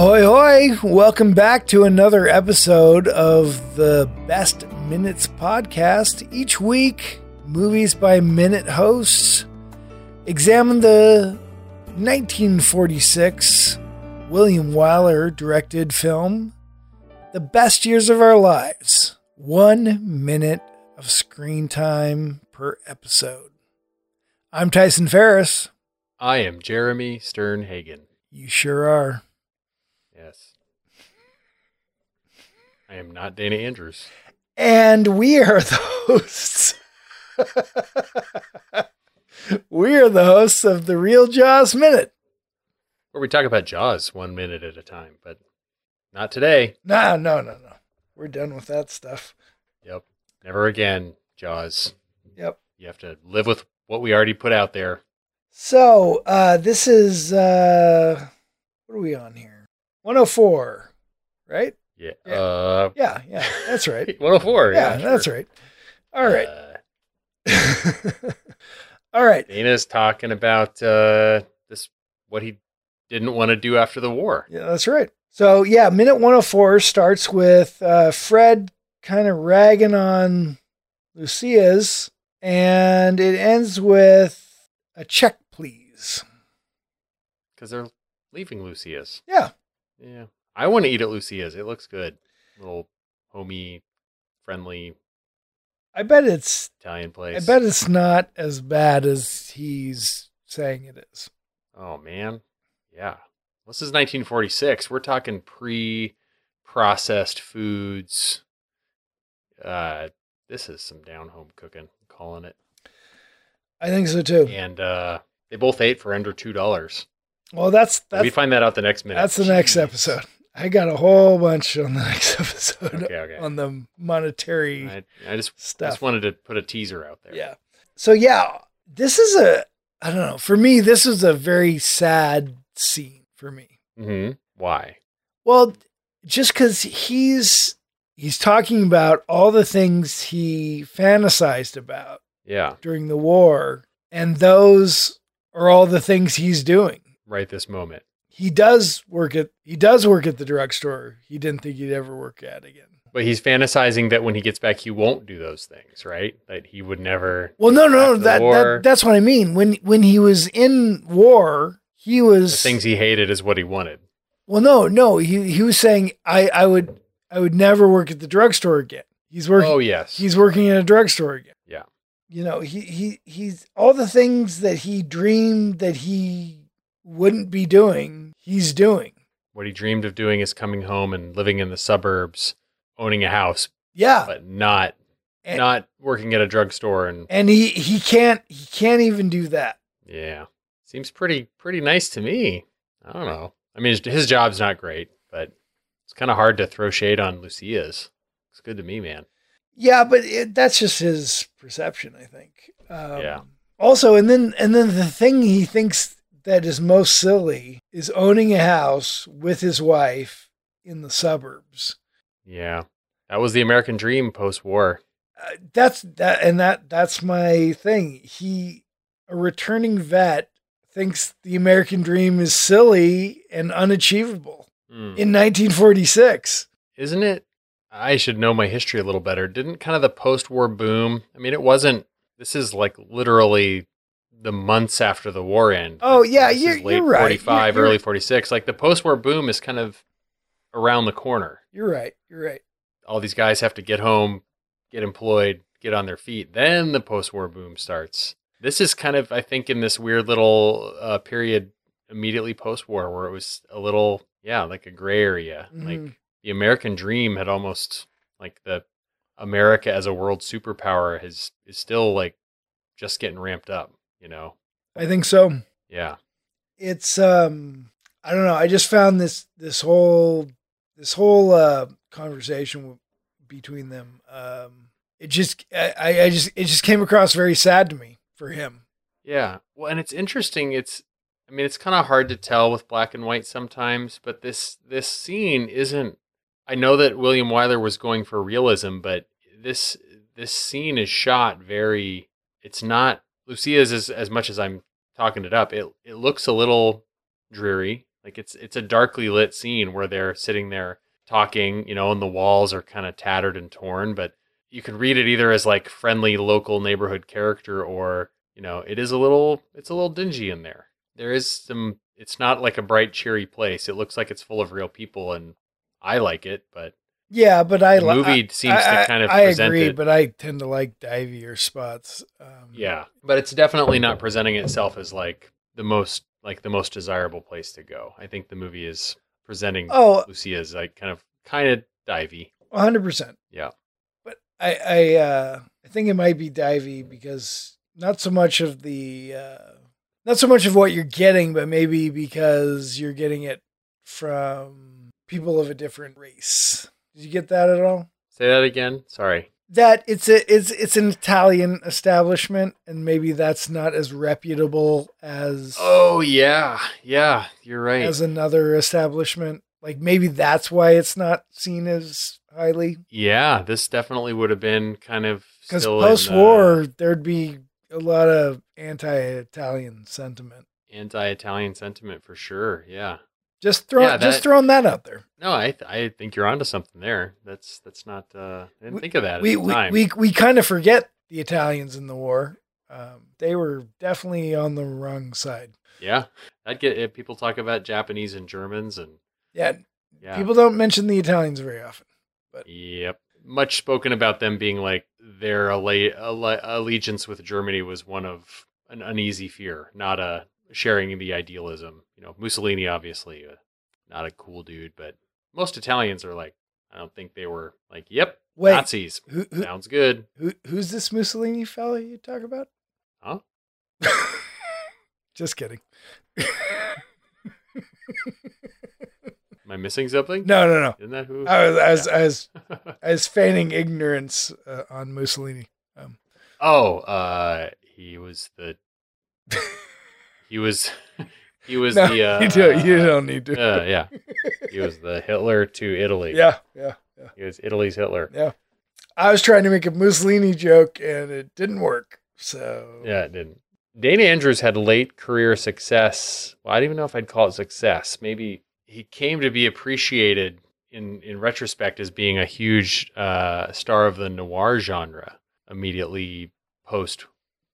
everybody. Welcome back to another episode of the Best Minutes Podcast. Each week, movies by minute hosts examine the 1946 William Wyler directed film, The Best Years of Our Lives. One minute of screen time per episode. I'm Tyson Ferris. I am Jeremy Sternhagen. You sure are. Yes. I am not Dana Andrews. And we are the hosts. we are the hosts of the Real Jaws Minute. Where we talk about Jaws one minute at a time, but not today. No, no, no, no. We're done with that stuff. Yep. Never again, Jaws. Yep. You have to live with what we already put out there. So uh, this is uh, what are we on here? 104, right? Yeah. Yeah. Uh, Yeah, yeah, that's right. 104. yeah, that's sure. right. All right, Uh, all right. Dana's talking about uh, this, what he didn't want to do after the war. Yeah, that's right. So yeah, minute 104 starts with uh, Fred kind of ragging on Lucia's, and it ends with a check, please. because they're leaving Lucia's. Yeah. Yeah. I want to eat at Lucia's. It looks good. Little homey, friendly I bet it's Italian place. I bet it's not as bad as he's saying it is. Oh, man. Yeah. This is 1946. We're talking pre processed foods. Uh, this is some down home cooking, I'm calling it. I think so too. And uh, they both ate for under $2. Well, that's we that's find that out the next minute. that's the next Jeez. episode. I got a whole bunch on the next episode Okay, okay. on the monetary I, I just, stuff. just wanted to put a teaser out there. Yeah. So yeah, this is a I don't know. For me, this is a very sad scene for me. hmm Why? Well, just cuz he's he's talking about all the things he fantasized about Yeah. during the war and those are all the things he's doing. Right this moment. He does work at he does work at the drugstore. He didn't think he'd ever work at again. But he's fantasizing that when he gets back, he won't do those things, right? That he would never. Well, no, After no, the that, war. that that's what I mean. When when he was in war, he The was things he hated is what he wanted. Well, no, no. He he was saying I I would I would never work at the drugstore again. He's working. Oh yes, He's working in a drugstore again. Yeah. You know he he he's all the things that he dreamed that he wouldn't be doing. He's doing. what he dreamed of doing is coming home and living in the suburbs, owning a house, Yeah. but not And- not working at a drugstore. And And he he can't he can't even do that. yeah, seems pretty pretty nice to me. I don't know. I mean, his, his job's not great, but it's kind of hard to throw shade on Lucia's. It's good to me, man. Yeah, but it, that's just his perception, I think. Um, Yeah. Also, and then and then the thing he thinks that is most silly is owning a house with his wife in the suburbs. Yeah, that was the American dream post-war. Uh, that's that, and that that's my thing. He, a returning vet, thinks the American dream is silly and unachievable Mm. in 1946. isn't it? I should know my history a little better. Didn't kind of the post war boom? I mean, it wasn't, this is like literally the months after the war end. Oh, yeah, This is you're- late you're right. You're- 45, you're- early 46. Like the post war boom is kind of around the corner. You're right. You're right. All these guys have to get home, get employed, get on their feet. Then the post war boom starts. This is kind of, I think, in this weird little uh, period immediately post war where it was a little, yeah, like a gray area. Like, Mhm. the American dream had almost like the America as a world superpower has is still like just getting ramped up, you know. I think so. Yeah. it's um i don't know i just found this this whole this whole uh conversation w- between them um it just I- i i just it just came across very sad to me for him Yeah. Well, and it's interesting. It's I mean, it's kind of hard to tell with black and white sometimes, but this this scene isn't I know that William Wyler was going for realism, but this this scene is shot very it's not Lucia's as as much as I'm talking it up. It it looks a little dreary. Like it's it's a darkly lit scene where they're sitting there talking, you know, and the walls are kind of tattered and torn, but you can read it either as like friendly local neighborhood character or, you know, it is a little it's a little dingy in there. There is some it's not like a bright cheery place. It looks like it's full of real people and I like it, but Yeah, but I The li- movie I- seems to I- kind of I present agree, it- but I tend to like divier spots. Um, yeah. But it's definitely not presenting itself as like the most like the most desirable place to go. I think the movie is presenting Oh, Lucia as like kind of kind of divey. hundred percent. Yeah. But I I uh I think it might be divey because not so much of the uh not so much of what you're getting, but maybe because you're getting it from people of a different race. Did you get that at all? Say that again. Sorry. That it's a it's it's an Italian establishment and maybe that's not as reputable as Oh yeah, yeah. You're right. as another establishment. Like maybe that's why it's not seen as highly. yeah, this definitely would have been kind of Because still in uh, the post-war, there'd be a lot of anti-Italian sentiment. anti-Italian sentiment for sure. Yeah. Just throw, Yeah, just that- throwing that out there. No, I th- I think you're onto something there. That's that's not. Uh, I didn't We- think of that at We the we, time. we we kind of forget the Italians in the war. Um, they were definitely on the wrong side. yeah, I'd get if people talk about Japanese and Germans and Yeah, yeah, people don't mention the Italians very often. yep. Much spoken about them being like their alle- alle- allegiance with Germany was one of an uneasy fear, not a sharing the idealism. You know, Mussolini obviously uh, not a cool dude, but most Italians are like, I don't think they were like, yep, Wait, Nazis. who, who, Sounds good. who who's this Mussolini fella you talk about? Huh? just kidding. Am I missing something? No, no, no. Isn't that who? I was I was, I was Yeah. I was feigning ignorance uh, on Mussolini. Um, oh, uh, he was the. He was. He was No, the. Uh, you do. You don't need to. uh, yeah. He was the Hitler to Italy. yeah, yeah, yeah. He was Italy's Hitler. I was trying to make a Mussolini joke and it didn't work. So Yeah, it didn't. Dana Andrews had late career success. Well, I don't even know if I'd call it success. Maybe he came to be appreciated in in retrospect as being a huge uh, star of the noir genre immediately post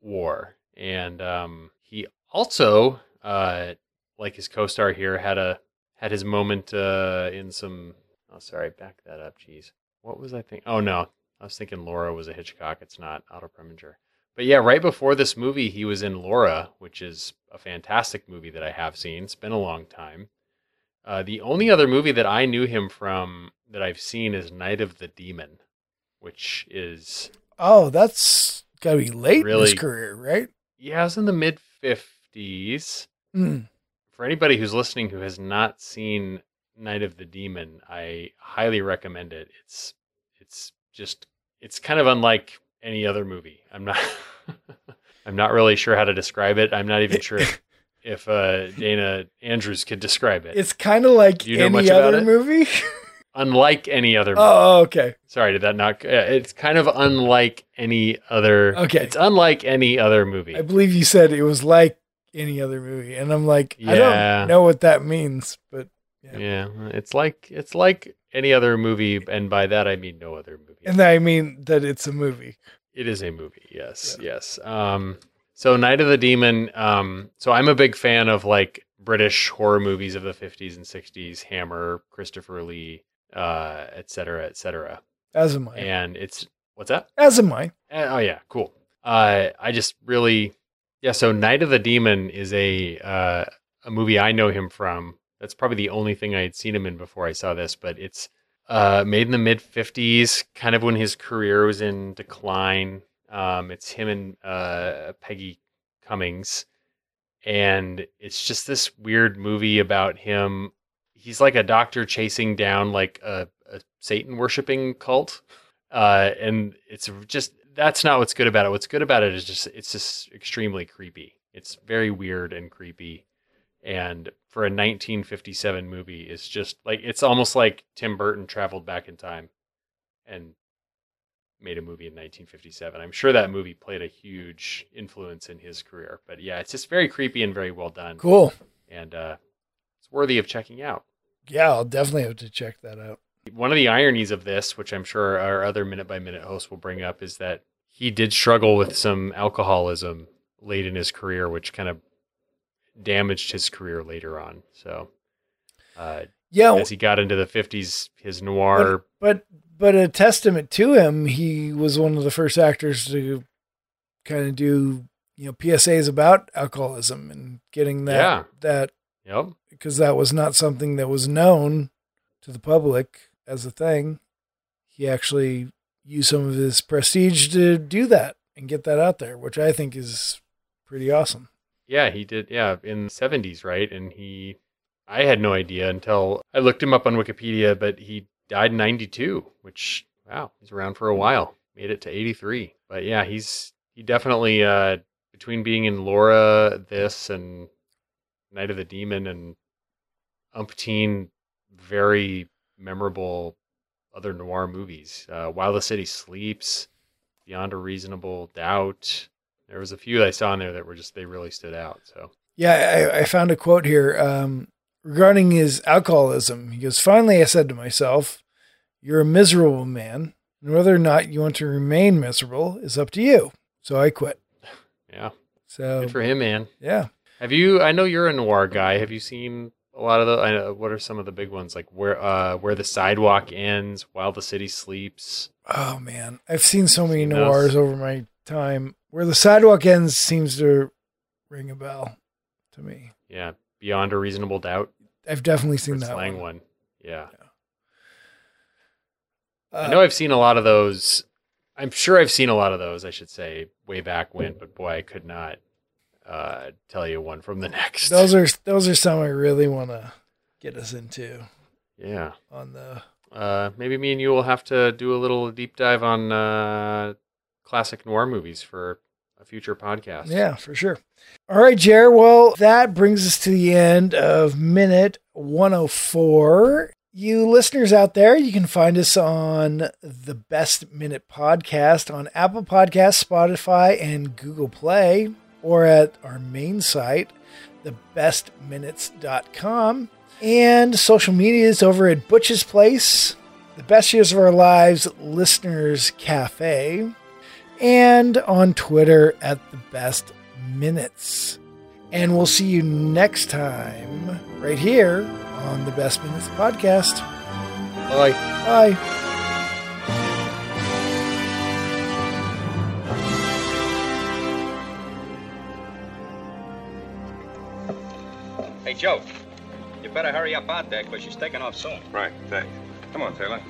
war, and um, he also, uh, like his co-star here, had a had his moment uh, in some. Oh, sorry, back that up. Jeez, what was I thinking? Oh no, I was thinking Laura was a Hitchcock. It's not Otto Preminger. But yeah, right before this movie, he was in Laura, which is a fantastic movie that I have seen. It's been a long time. Uh, the only other movie that I knew him from that I've seen is Night of the Demon, which is oh, that's gotta be late in his Really- career, right? yeah, it was in the mid fifties. Mm. For anybody who's listening who has not seen Night of the Demon, I highly recommend it. It's it's just it's kind of unlike any other movie. I'm not I'm not really sure how to describe it. I'm not even sure if, if uh, Dana Andrews could describe it. It's kind of like Do you know any much about other it? movie. unlike any other. movie. oh, okay. Sorry, did that not? yeah, It's kind of unlike any other. Okay. it's unlike any other movie. I believe you said it was like any other movie, and I'm like, I Yeah. don't know what that means, but yeah. yeah, it's like it's like any other movie, and by that I mean no other movie. and I mean that it's a movie. It is a movie. Yes, yes. Um, so Night of the Demon. Um, so I'm a big fan of like British horror movies of the 50s and 60s, Hammer, Christopher Lee, uh, et cetera, et cetera. As am I. And it's what's that? As am I. Uh, oh yeah, cool. Uh, I just really, yeah. So Night of the Demon is a uh, a movie I know him from. That's probably the only thing I had seen him in before I saw this, but it's uh, made in the mid '50s, kind of when his career was in decline. Um, it's him and uh, Peggy Cummings, and it's just this weird movie about him. He's like a doctor chasing down like a, a Satan worshiping cult uh, and it's just that's not what's good about it. What's good about it is just it's just extremely creepy. It's very weird and creepy, and for a 1957 movie, it's just like it's almost like Tim Burton traveled back in time and made a movie in 1957. I'm sure that movie played a huge influence in his career, but yeah, it's just very creepy and very well done, Cool. and uh, it's worthy of checking out. Yeah, I'll definitely have to check that out. One of the ironies of this, which I'm sure our other minute by minute host will bring up, is that he did struggle with some alcoholism late in his career, which kind of damaged his career later on. So, uh, Yeah, as he got into the 50s, his noir but but a testament to him, he was one of the first actors to kind of do you know PSAs about alcoholism and getting that Yeah. that Yep. because that was not something that was known to the public as a thing. He actually used some of his prestige to do that and get that out there, which I think is pretty awesome. Yeah, he did. Yeah, in the 70s, right? And he, I had no idea until I looked him up on Wikipedia, but he died in 92, which, wow, he's around for a while. Made it to 83. But yeah, he's, he definitely, uh, between being in Laura, this, and Night of the Demon, and umpteen very memorable other noir movies. Uh, While the City Sleeps, Beyond a Reasonable Doubt. There was a few that I saw in there that were just, they really stood out. So. Yeah, I, I found a quote here um, regarding his alcoholism. He goes, Finally, I said to myself, You're a miserable man, and whether or not you want to remain miserable is up to you. So I quit. Yeah, So, good for him, man. yeah. Have you? I know you're a noir guy. Have you seen a lot of the? I know, what are some of the big ones? Like where, uh, where the sidewalk ends, while the city sleeps. Oh, man. I've seen so many Seen those. noirs over my time. Where the sidewalk ends seems to ring a bell to me. Yeah, beyond a reasonable doubt. I've definitely seen Fritz that Lang one. one. Yeah, Uh, I know I've seen a lot of those. I'm sure I've seen a lot of those. I should say way back when, but boy, I could not uh, tell you one from the next. those are those are some I really want to get us into yeah. on the Uh, maybe me and you will have to do a little deep dive on uh, classic noir movies for a future podcast. Yeah, for sure. All right, Jer. Well, that brings us to the end of minute 104. You listeners out there, you can find us on the Best Minute Podcast on Apple Podcasts, Spotify, and Google Play, or at our main site, thebestminutes.com. And social media is over at Butch's Place, the Best Years of Our Lives Listeners Cafe and on Twitter at the best minutes. And we'll see you next time right here on the Best Minutes Podcast. Bye. Bye. Hey, Joe, you better hurry up out there because she's taking off soon. Right, thanks. Come on, Taylor.